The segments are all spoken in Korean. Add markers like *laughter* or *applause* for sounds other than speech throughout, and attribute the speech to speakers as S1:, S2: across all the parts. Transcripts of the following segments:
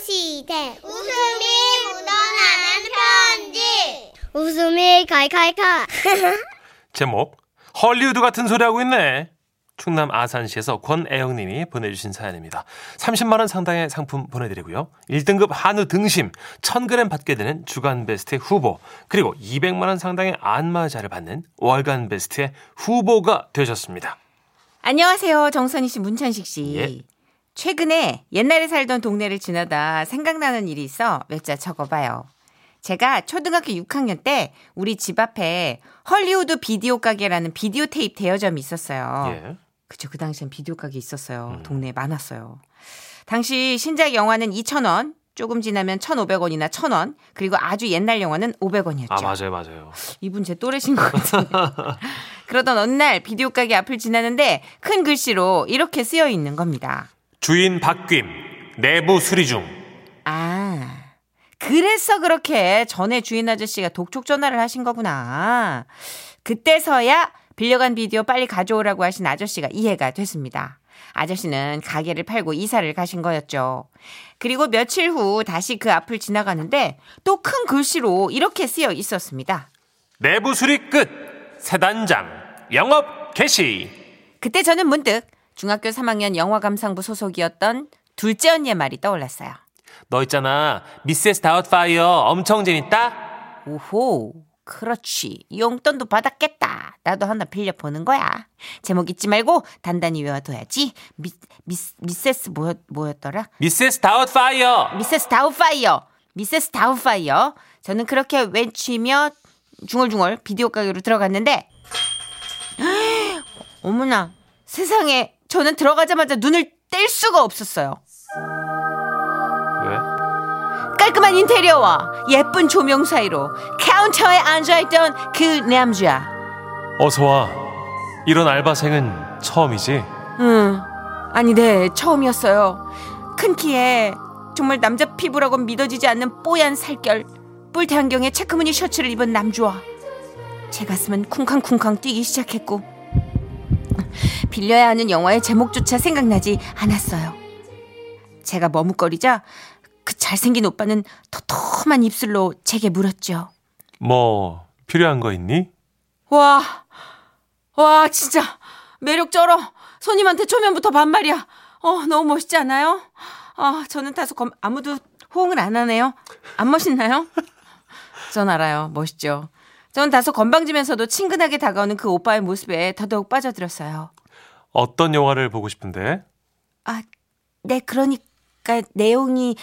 S1: 시대
S2: 웃음이 묻어나는 편지.
S1: 웃음이 칼칼칼
S3: 제목 헐리우드 같은 소리하고 있네. 충남 아산시에서 권애영님이 보내주신 사연입니다. 30만 원 상당의 상품 보내드리고요. 1등급 한우 등심 1000g 받게 되는 주간베스트 후보 그리고 200만 원 상당의 안마자를 받는 월간베스트의 후보가 되셨습니다.
S4: 안녕하세요. 정선희 씨, 문천식 씨.
S3: 예.
S4: 최근에 옛날에 살던 동네를 지나다 생각나는 일이 있어 몇자 적어봐요. 제가 초등학교 6학년 때 우리 집 앞에 헐리우드 비디오 가게라는 비디오 테이프 대여점이 있었어요.
S3: 예. 음.
S4: 그쵸. 그 당시엔 비디오 가게 있었어요. 동네에 많았어요. 당시 신작 영화는 2,000원, 조금 지나면 1,500원이나 1,000원, 그리고 아주 옛날 영화는 500원이었죠.
S3: 아 맞아요 맞아요.
S4: 이분 제 또래신 것 같은데. 그러던 어느 날 비디오 가게 앞을 지나는데 큰 글씨로 이렇게 쓰여 있는 겁니다.
S3: 주인 박김 내부 수리 중.
S4: 아, 그래서 그렇게 전에 주인 아저씨가 독촉 전화를 하신 거구나. 그때서야 빌려간 비디오 빨리 가져오라고 하신 아저씨가 이해가 됐습니다. 아저씨는 가게를 팔고 이사를 가신 거였죠. 그리고 며칠 후 다시 그 앞을 지나가는데 또 큰 글씨로 이렇게 쓰여 있었습니다.
S3: 내부 수리 끝. 새 단장 영업 개시.
S4: 그때 저는 문득 중학교 3학년 영화 감상부 소속이었던 둘째 언니의 말이 떠올랐어요.
S3: 너 있잖아 미세스 다웃파이어 엄청 재밌다.
S4: 오호, 그렇지. 용돈도 받았겠다. 나도 하나 빌려보는 거야. 제목 잊지 말고 단단히 외워둬야지. 미, 미스, 미세스 뭐, 뭐였더라?
S3: 미세스 다웃파이어.
S4: 미세스 다운파이어. 미세스 다운파이어. 저는 그렇게 외치며 중얼중얼 비디오 가게로 들어갔는데 어머나 세상에 저는 들어가자마자 눈을 뗄 수가 없었어요.
S3: 왜?
S4: 깔끔한 인테리어와 예쁜 조명 사이로 카운터에 앉아있던 그 남자.
S3: 어서 와. 이런 알바생은 처음이지.
S4: 응. 아니, 네, 처음이었어요. 큰 키에 정말 남자 피부라고 믿어지지 않는 뽀얀 살결, 뿔테 안경에 체크무늬 셔츠를 입은 남주와 제 가슴은 쿵쾅쿵쾅 뛰기 시작했고 빌려야 하는 영화의 제목조차 생각나지 않았어요. 제가 머뭇거리자 그 잘생긴 오빠는 토톰한 입술로 제게 물었죠.
S3: 뭐 필요한 거 있니?
S4: 와, 와, 진짜 매력 쩔어. 손님한테 초면부터 반말이야. 어, 너무 멋있지 않아요? 아, 저는 다소 검, 아무도 호응을 안 하네요. 안 멋있나요? 전 알아요. 멋있죠. 전 다소 건방지면서도 친근하게 다가오는 그 오빠의 모습에 더더욱 빠져들었어요.
S3: 어떤 영화를 보고 싶은데?
S4: 아, 네, 그러니까 내용이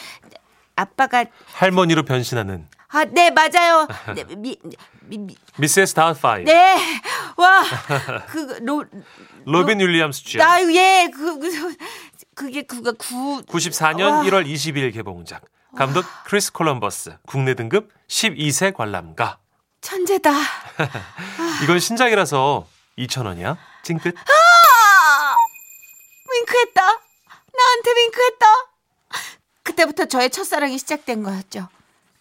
S4: 아빠가
S3: 할머니로 변신하는
S4: 아, 네, 맞아요. 네, 미, 미, 미,
S3: 미세스 다운파이. 어
S4: 네, 와, 그 로,
S3: 로빈 윌리엄스 주연.
S4: 나 예, 그, *laughs* 그 그게 그가 구
S3: 94년
S4: 와.
S3: 1월 22일 개봉작. 감독 크리스 콜럼버스. 국내 등급 12세 관람가.
S4: 천재다.
S3: 이건 신작이라서 2,000원이야. 찡끗.
S4: 아! 윙크했다. 나한테 윙크했다. 그때부터 저의 첫사랑이 시작된 거였죠.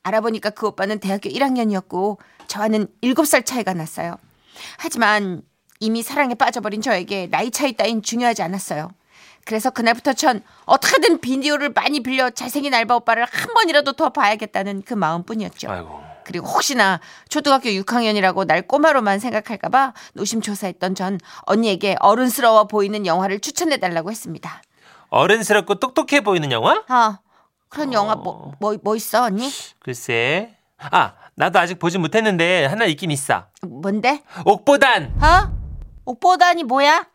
S4: 알아보니까 그 오빠는 대학교 1학년이었고 저와는 7살 차이가 났어요. 하지만 이미 사랑에 빠져버린 저에게 나이 차이 따윈 중요하지 않았어요. 그래서 그날부터 전 어떻게든 비디오를 많이 빌려 잘생긴 알바 오빠를 한 번이라도 더 봐야겠다는 그 마음뿐이었죠.
S3: 아이고.
S4: 그리고 혹시나 초등학교 6학년이라고 날 꼬마로만 생각할까봐 노심초사했던 전 언니에게 어른스러워 보이는 영화를 추천해달라고 했습니다.
S3: 어른스럽고 똑똑해 보이는 영화?
S4: 아, 그런 영화 뭐, 뭐, 뭐 있어, 언니?
S3: 글쎄. 아, 나도 아직 보진 못했는데 하나 있긴 있어.
S4: 뭔데?
S3: 옥보단.
S4: 어? 옥보단이 뭐야?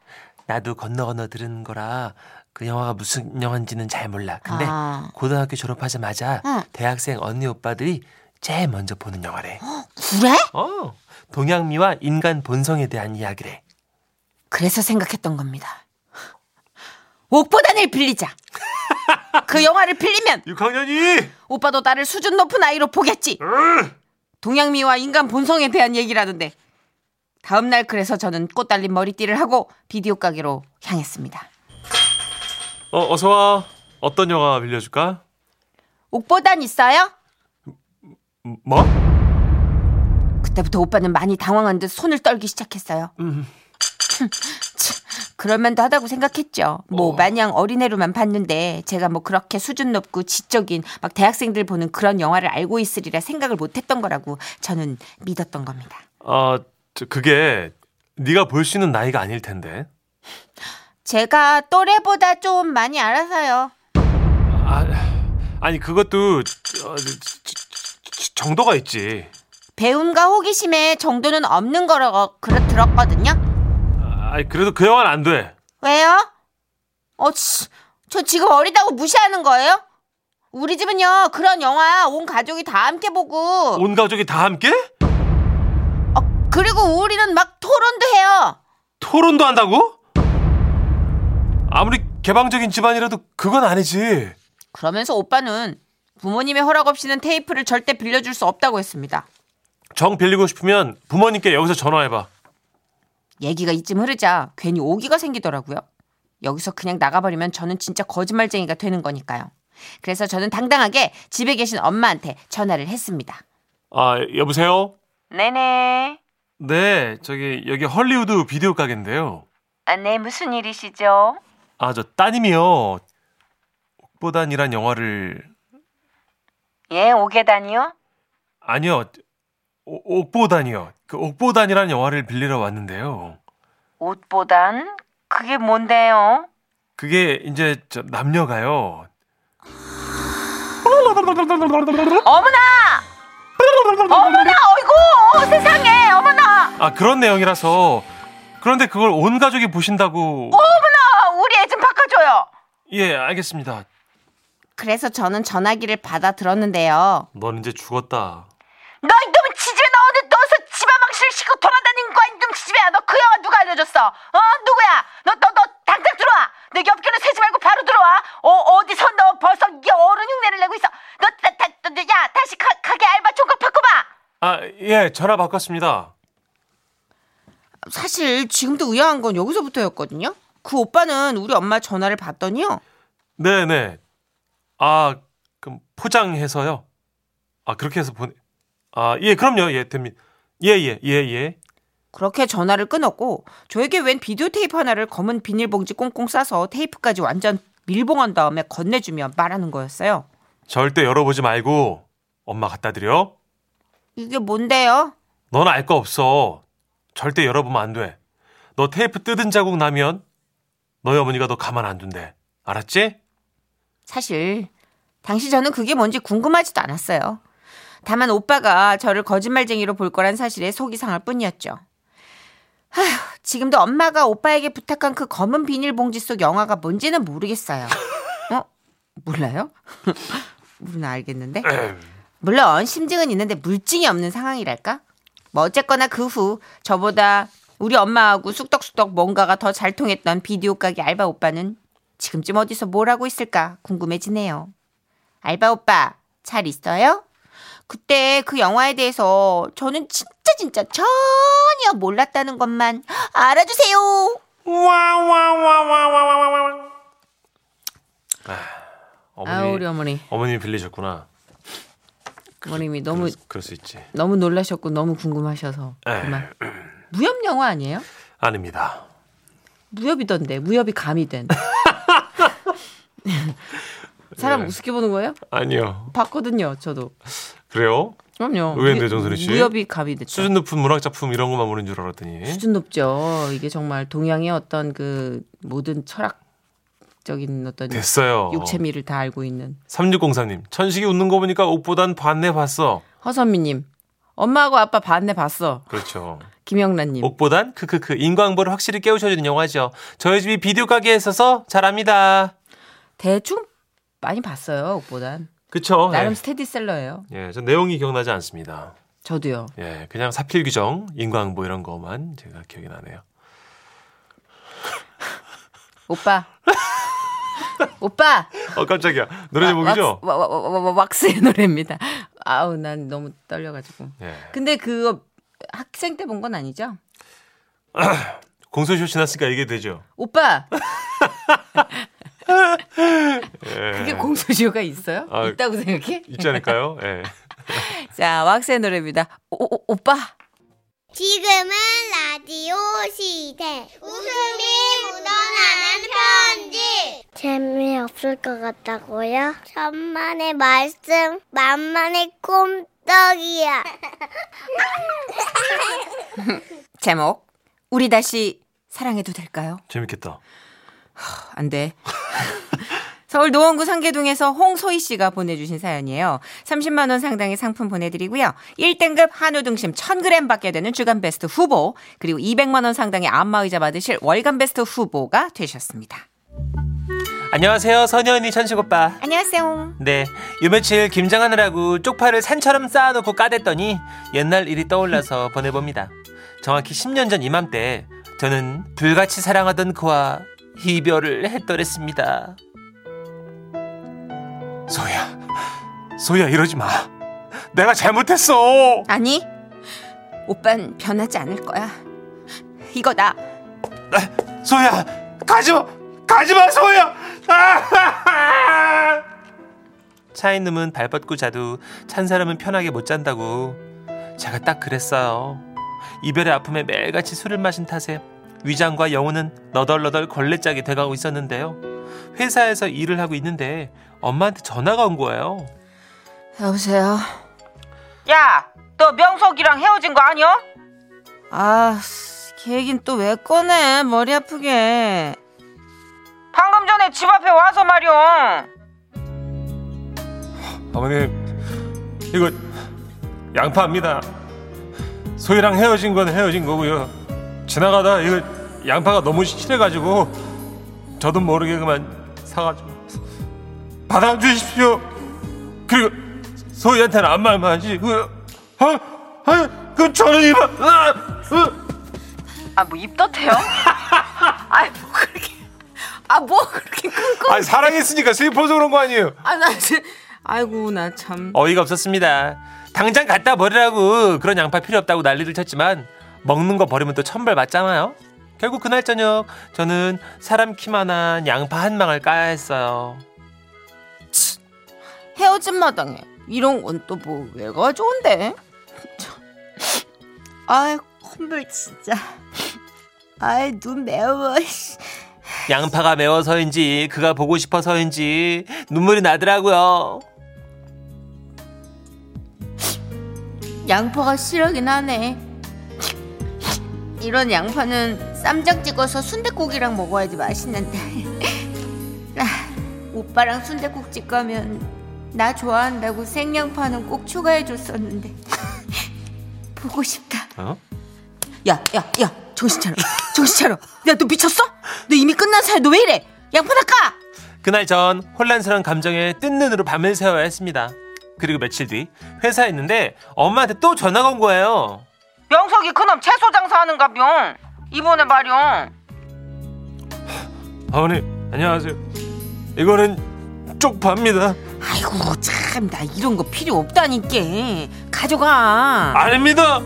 S3: 나도 건너 건너 들은 거라 그 영화가 무슨 영화인지는 잘 몰라. 근데
S4: 아.
S3: 고등학교 졸업하자마자
S4: 응.
S3: 대학생 언니 오빠들이 제일 먼저 보는 영화래.
S4: 그래?
S3: 어. 동양미와 인간 본성에 대한 이야기래.
S4: 그래서 생각했던 겁니다. 옥보단을 빌리자. 그 영화를 빌리면
S3: 6학년이
S4: 오빠도 나를 수준 높은 아이로 보겠지. 동양미와 인간 본성에 대한 얘기라는데 다음 날 그래서 저는 꽃 달린 머리띠를 하고 비디오 가게로 향했습니다.
S3: 어, 어서 와. 어떤 영화 빌려줄까?
S4: 옥보단 있어요?
S3: 뭐?
S4: *laughs* 그때부터 오빠는 많이 당황한 듯 손을 떨기 시작했어요. 참, 그럴만도 하다고 생각했죠. 뭐 마냥 어린애로만 봤는데 제가 뭐 그렇게 수준 높고 지적인 막 대학생들 보는 그런 영화를 알고 있으리라 생각을 못했던 거라고 저는 믿었던 겁니다.
S3: 어, 저 그게 네가 볼 수 있는 나이가 아닐 텐데.
S4: 제가 또래보다 좀 많이 알아서요.
S3: 아, 아니 그것도 어, 저- 저- 정도가 있지.
S4: 배움과 호기심에 정도는 없는 거라고 그렇 들었거든요.
S3: 아, 그래도 그 영화는 안 돼.
S4: 왜요? 어, 치, 저 지금 어리다고 무시하는 거예요? 우리 집은요 그런 영화 온 가족이 다 함께 보고
S3: 온 가족이 다 함께
S4: 어, 그리고 우리는 막 토론도 해요.
S3: 토론도 한다고? 아무리 개방적인 집안이라도 그건 아니지.
S4: 그러면서 오빠는 부모님의 허락 없이는 테이프를 절대 빌려줄 수 없다고 했습니다.
S3: 정 빌리고 싶으면 부모님께 여기서 전화해봐.
S4: 얘기가 이쯤 흐르자 괜히 오기가 생기더라고요. 여기서 그냥 나가버리면 저는 진짜 거짓말쟁이가 되는 거니까요. 그래서 저는 당당하게 집에 계신 엄마한테 전화를 했습니다.
S3: 아 여보세요.
S4: 네네.
S3: 네 저기 여기 헐리우드 비디오 가게인데요.
S4: 아, 네, 무슨 일이시죠?
S3: 아 저 따님이요. 옥보단이란 영화를
S4: 예, 오게다니요?
S3: 아니요 오- 옥보단이요. 그 옥보단이라는 영화를 빌리러 왔는데요.
S4: 옷보단? 그게 뭔데요?
S3: 그게 이제 저 남녀가요.
S4: 어머나! 어머나, 어이구! 어, 세상에! 어머나!
S3: 아 그런 내용이라서 그런데 그걸 온 가족이 보신다고.
S4: 아, 우리 애 좀 바꿔줘요!
S3: 예 알겠습니다.
S4: 그래서 저는 전화기를 받아 들었는데요.
S3: 넌 이제 죽었다.
S4: 너 이놈의 지집에 너 오늘 넣어서 집안망신을 싣고 돌아다니는 거야 이놈 지집애야 너 그 영화 누가 알려줬어 어 누구야 너 너 너 당장 들어와 내 옆길로 새지 말고 바로 들어와 어 어디서 너 벌써 이 어른 흉내를 내고 있어 너다다야 다시 가, 가게 알바 종각 바꿔봐
S3: 아 예 전화 바꿨습니다.
S4: 사실 지금도 의아한 건 여기서부터였거든요 그 오빠는 우리 엄마 전화를 받더니요
S3: 네네. 아 그럼 포장해서요. 아 그렇게 해서 보내. 아예 그럼요 예 됩니다. 예예예 예, 예.
S4: 그렇게 전화를 끊었고 저에게 웬 비디오 테이프 하나를 검은 비닐봉지 꽁꽁 싸서 테이프까지 완전 밀봉한 다음에 건네주며 말하는 거였어요
S3: 절대 열어보지 말고 엄마 갖다 드려.
S4: 이게 뭔데요?
S3: 넌 알 거 없어. 절대 열어보면 안 돼. 너 테이프 뜯은 자국 나면 너희 어머니가 너 가만 안 둔대. 알았지?
S4: 사실 당시 저는 그게 뭔지 궁금하지도 않았어요. 다만 오빠가 저를 거짓말쟁이로 볼 거란 사실에 속이 상할 뿐이었죠. 아휴, 지금도 엄마가 오빠에게 부탁한 그 검은 비닐봉지 속 영화가 뭔지는 모르겠어요. 어? 몰라요? *laughs* 물론 알겠는데. 물론 심증은 있는데 물증이 없는 상황이랄까? 뭐 어쨌거나 그 후 저보다 우리 엄마하고 쑥덕쑥덕 뭔가가 더 잘 통했던 비디오 가게 알바 오빠는 지금쯤 어디서 뭘 하고 있을까 궁금해지네요. 알바 오빠 잘 있어요? 그때 그 영화에 대해서 저는 진짜 진짜 전혀 몰랐다는 것만 알아주세요.
S3: 와와와와와와와.
S4: 아
S3: 어머니
S4: 우리 어머니
S3: 어머님 빌리셨구나.
S4: 어머님이 너무
S3: 그럴, 수- 그럴 수 있지.
S4: 너무 놀라셨고 너무 궁금하셔서
S3: 에이.
S4: 그만 무협 영화 아니에요?
S3: 아닙니다.
S4: 무협이던데 무협이
S3: *laughs*
S4: 가미된 사람
S3: 예.
S4: 우습게 보는 거예요?
S3: 아니요.
S4: 봤거든요 저도
S3: 그래요?
S4: 그럼요
S3: 의외인데,
S4: 무-
S3: 정선희 씨.
S4: 무협이 가미됐죠
S3: 수준 높은 문학 작품 이런 것만 보는 줄 알았더니.
S4: 수준 높죠 이게 정말 동양의 어떤 그 모든 철학적인 어떤
S3: 됐어요.
S4: 육체미를 다 알고 있는
S3: 3603님. 천식이 웃는 거 보니까 옷보단 봤네 봤어.
S4: 허선미님 엄마하고 아빠 봤네 봤어
S3: 그렇죠.
S4: 김영란님
S3: 옥보단 크크크 인과응보를 확실히 깨우쳐주는 영화죠. 저희 집이 비디오 가게에 있어서 잘합니다.
S4: 대충 많이 봤어요 옥보단
S3: 그쵸?
S4: 나름 스테디셀러예요
S3: 예, 전 내용이 기억나지 않습니다.
S4: 저도요
S3: 예, 그냥 사필 규정, 인과응보 이런 거만 제가 기억이 나네요.
S4: 오빠
S3: *laughs*
S4: 오빠
S3: 어 깜짝이야. 노래 제목이죠?
S4: 왁스, 와- 와- 와- 와- 왁스의 *laughs* 노래입니다. 아우 난 너무 떨려가지고.
S3: 예.
S4: 근데 그거 학생 때 본 건 아니죠?
S3: 공소시효 지났으니까 이게 되죠.
S4: 오빠
S3: 예.
S4: 그게 공소시효가 있어요?
S3: 아,
S4: 있다고 생각해?
S3: 있지 않을까요? 예.
S4: 자 왁스의 노래입니다. 오, 오, 오빠
S2: 지금은 라디오 시대. 웃음이 묻어나는 편지.
S1: 재미없을 것 같다고요? 천만의 말씀, 만만의 꼼떡이야.
S4: 제목 우리 다시 사랑해도 될까요?
S3: *laughs* 재밌겠다.
S4: 안 돼. 서울 노원구 상계동에서 홍소희 씨가 보내주신 사연이에요. 30만 원 상당의 상품 보내드리고요. 1등급 한우 등심 1,000g 받게 되는 주간 베스트 후보 그리고 200만 원 상당의 안마의자 받으실 월간 베스트 후보가 되셨습니다.
S3: 안녕하세요. 선현이 천식 오빠.
S4: 안녕하세요.
S3: 네, 요 며칠 김장하느라고 쪽파를 산처럼 쌓아놓고 까댔더니 옛날 일이 *laughs* 떠올라서 보내봅니다. 정확히 10년 전 이맘때 저는 불같이 사랑하던 그와 이별을 했더랬습니다. 소희야, 소희야 이러지 마. 내가 잘못했어.
S4: 아니 오빤 변하지 않을 거야. 이거 나
S3: 소희야, 가지마, 가지마 소희야. *laughs* 차인 놈은 발 뻗고 자도 찬 사람은 편하게 못 잔다고 제가 딱 그랬어요. 이별의 아픔에 매일같이 술을 마신 탓에 위장과 영혼은 너덜너덜 걸레짝이 돼가고 있었는데요. 회사에서 일을 하고 있는데 엄마한테 전화가 온 거예요.
S4: 여보세요.
S5: 야, 너 명석이랑 헤어진 거 아니야?
S4: 아, 걔 얘긴 또 왜 꺼내? 머리 아프게.
S5: 방금 전에 집 앞에 와서 말이야.
S3: 어머님, 이거 양파입니다. 소희랑 헤어진 건 헤어진 거고요. 지나가다 이거 양파가 너무 실해가지고 저도 모르게 그만 사가지고 받아 주십시오. 그리고 소희한테는 아무 말만 하지. 그, 아, 아, 그 저는 이만. 아, 으.
S5: 아, 뭐 입덧해요?
S4: *laughs* 아이 뭐 그렇게 아 뭐 그렇게 끊고
S3: 아니, 사랑했으니까 슬퍼서 그런 거 아니에요.
S4: 아나 아이고 나 참
S3: 어이가 없었습니다. 당장 갖다 버리라고 그런 양파 필요 없다고 난리를 쳤지만 먹는 거 버리면 또 천벌 받잖아요. 결국 그날 저녁 저는 사람 키만한 양파 한 망을 까야 했어요.
S4: 헤어진 마당에 이런 건 또 뭐 왜 가져온대? 아이 콧물 진짜 아이 눈 매워
S3: 양파가 매워서인지 그가 보고 싶어서인지 눈물이 나더라고요.
S4: 양파가 싫어긴 하네 이런 양파는 쌈장 찍어서 순댓국이랑 먹어야지 맛있는데 *laughs* 아, 오빠랑 순댓국집 가면 나 좋아한다고 생양파는 꼭 추가해줬었는데 *laughs* 보고 싶다
S3: 어?
S4: 야, 야, 야, 정신 차려. 정신 차려. 야, 너 미쳤어? 너 이미 끝난 사야 너 왜 이래? 양파 닦아!
S3: 그날 전 혼란스러운 감정에 뜬 눈으로 밤을 새워야 했습니다. 그리고 며칠 뒤 회사에 있는데 엄마한테 또 전화가 온 거예요.
S5: 명석이 그놈 채소 장사하는가병. 이번에 말이야.
S3: 어머니 안녕하세요. 이거는 쪽파입니다.
S4: 아이고, 참, 나 이런 거 필요 없다니까. 가져가.
S3: 아닙니다.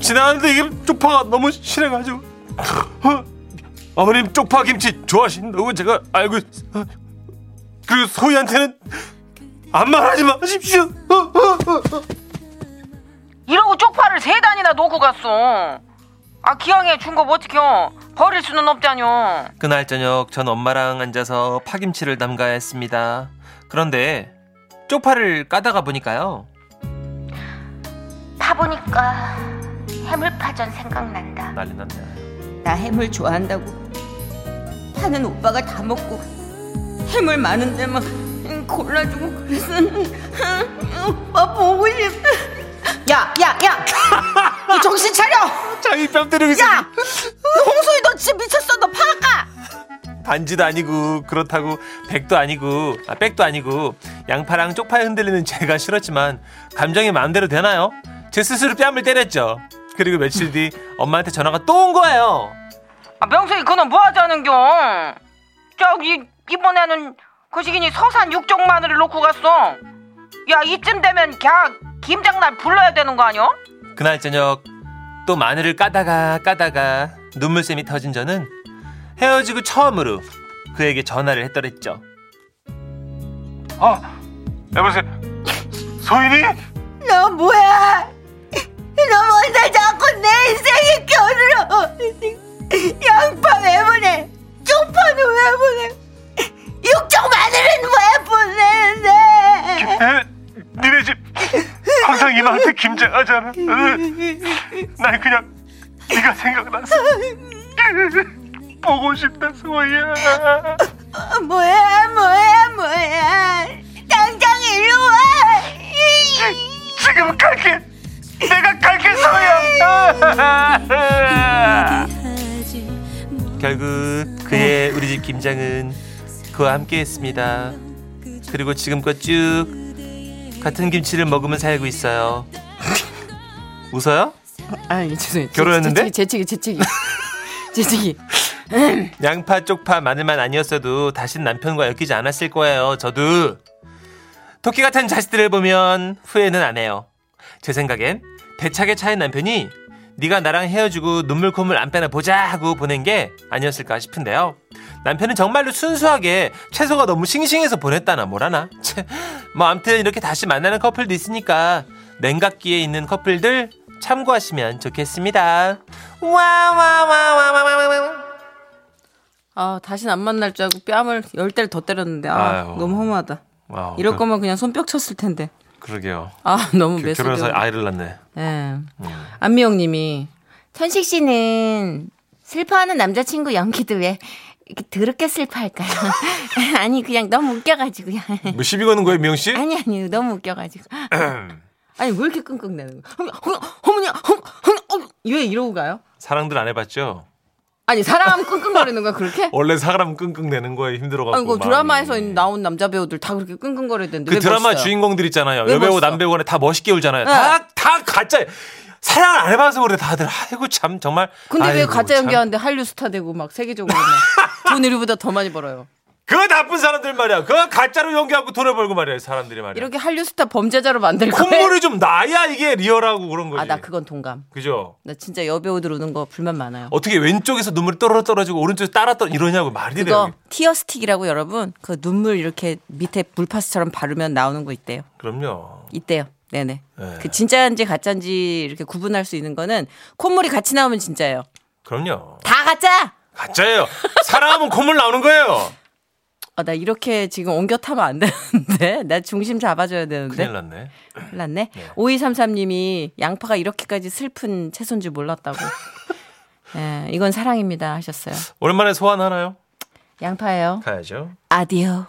S3: 지난해 이게 쪽파가 너무 실해가지고 어, 어머님 쪽파 김치 좋아하신다고 제가 알고 있... 어. 그리고 소희한테는 안 말하지 마십시오. 어, 어, 어.
S5: 이러고 쪽파를 세 단이나 놓고 갔어. 아, 기왕에 준 거 못 지켜. 버릴 수는 없잖여.
S3: 그날 저녁 전 엄마랑 앉아서 파김치를 담가야 했습니다. 그런데 쪽파를 까다가 보니까요.
S6: 파보니까 해물파전 생각난다.
S3: 난리 났네.
S4: 나 해물 좋아한다고. 파는 오빠가 다 먹고, 해물 많은 데만 골라주고 그랬었는데, 오빠 보고 싶다. 야, 야, 야! 너 정신 차려!
S3: 자기 뺨 때리고 있어.
S4: 야! 너 홍소희 너 진짜 미쳤어. 너 파 깎아!
S3: 반지도 아니고 그렇다고 백도 아니고 아, 백도 아니고 양파랑 쪽파에 흔들리는 제가 싫었지만 감정이 마음대로 되나요? 제 스스로 뺨을 때렸죠. 그리고 며칠 뒤 엄마한테 전화가 또 온 거예요.
S5: 아, 명석이 그놈 뭐 하자는겨? 저기, 이번에는 그 시기니 서산 육종 마늘을 놓고 갔어. 야, 이쯤 되면 걔 김장날 불러야 되는 거 아니야?
S3: 그날 저녁 또 마늘을 까다가 까다가 눈물샘이 터진 저는 헤어지고 처음으로 그에게 전화를 했더랬죠.
S4: 너 뭐야? 너 뭔데 자꾸 내 인생의 겨울로 양파 왜 보내? 쪽파는 왜 보내? 육종 마늘은 네. 왜 보내는데?
S3: 에? 니네 집 항상 이마한테 김장하잖아. 으, 난 그냥 네가 생각나서 보고 싶다 소희야.
S4: 뭐야 뭐야 뭐야? 당장 일로 와!
S3: 지금 갈게. 내가 갈게 소희야. 결국 그의 우리 집 김장은 그와 함께했습니다. 그리고 지금껏 쭉 같은 김치를 먹으면 살고 있어요. 웃어요?
S4: 아 죄송해요.
S3: 결혼했는데?
S4: 재치기 재치기
S3: *laughs*
S4: 재치기.
S3: 양파, 쪽파, 마늘만 아니었어도 다신 남편과 엮이지 않았을 거예요. 저도 토끼 같은 자식들을 보면 후회는 안 해요. 제 생각엔 대차게 차인 남편이 네가 나랑 헤어지고 눈물 콧물 안 빼나 보자 하고 보낸 게 아니었을까 싶은데요. 남편은 정말로 순수하게 채소가 너무 싱싱해서 보냈다나 뭐라나. 채, 뭐 암튼 이렇게 다시 만나는 커플도 있으니까 냉각기에 있는 커플들 참고하시면 좋겠습니다. 와와와와와와와.
S7: 아, 다신 안 만날 줄 알고 뺨을 열 대를 더 때렸는데 아,
S3: 아유.
S7: 너무 허무하다.
S3: 와우,
S7: 이럴
S3: 그-
S7: 거면 그냥 손뼉 쳤을 텐데.
S3: 그러게요.
S7: 아, 너무
S3: 겨- 결혼해서
S7: 매스겨.
S3: 아이를 낳네.
S7: 예.
S3: 음.
S7: 안미영님이
S4: 천식 씨는 슬퍼하는 남자친구 연기도 왜 이렇게
S7: *laughs*
S4: 더럽게 슬퍼할까요? 아니 그냥 너무 웃겨가지고요.
S3: 뭐 시비 거는 거예요, 미영 씨?
S4: 아니 아니
S3: *clears throat*
S4: 너무 웃겨가지고. 아니 왜 이렇게 끙끙대는 거야? 어머, 어머, 어머니야, 어머, 어머, 어, 왜 이러고 가요?
S3: 사랑들 안 해봤죠?
S7: 아니 사람 끙끙거리는 거야 그렇게?
S3: 원래 사람 끙끙대는 거에 힘들어가지고.
S7: 아니 그
S3: 마음이.
S7: 드라마에서 나온 남자 배우들 다 그렇게 끙끙거리던데.
S3: 뭐 그
S7: 왜
S3: 드라마
S7: 멋있어요?
S3: 주인공들 있잖아요.
S7: 왜
S3: 여배우,
S7: 멋있어? 네.
S3: 남배우 간에 다 멋있게 울잖아요. 다, 다 가짜. 사랑을 안 해봐서 그래, 다들. 아이고, 참, 정말.
S7: 근데 왜
S3: 아이고,
S7: 가짜
S3: 참.
S7: 연기하는데 한류 스타 되고 막 세계적으로
S3: *laughs*
S7: 막돈 우리보다 더 많이 벌어요.
S3: 그 나쁜 사람들 말이야. 그 가짜로 연기하고 돈을 벌고 말이야, 사람들이 말이야.
S7: 이렇게 한류 스타 범죄자로 만들 거예요.
S3: 콧물이 좀 나야 이게 리얼하고 그런 거지.
S7: 아 나 그건 동감.
S3: 그죠?
S7: 나 진짜 여배우들 우는 거 불만 많아요.
S3: 어떻게 왼쪽에서 눈물이 떨어 떨어지고 오른쪽에서 따라 떨어 이러냐고 말이
S7: 그거
S3: 되는 게.
S7: 티어 스틱이라고 여러분 그 눈물 이렇게 밑에 물파스처럼 바르면 나오는 거 있대요.
S3: 그럼요.
S7: 있대요. 네네.
S3: 네.
S7: 그 진짜인지 가짜인지 이렇게 구분할 수 있는 거는 콧물이 같이 나오면 진짜예요.
S3: 그럼요.
S7: 다 가짜.
S3: 가짜예요. 사랑하면 콧물 나오는 거예요.
S7: 아, 나 이렇게 지금 옮겨 타면 안 되는데. *laughs* 나 중심 잡아줘야 되는데.
S3: 큰일 났네.
S7: 큰일 났네. 5233님이 양파가 이렇게까지 슬픈 채소인 줄 몰랐다고.
S3: *laughs*
S7: 예, 이건 사랑입니다 하셨어요.
S3: 오랜만에 소환 하나요?
S7: 양파예요.
S3: 가야죠.
S7: 아디오.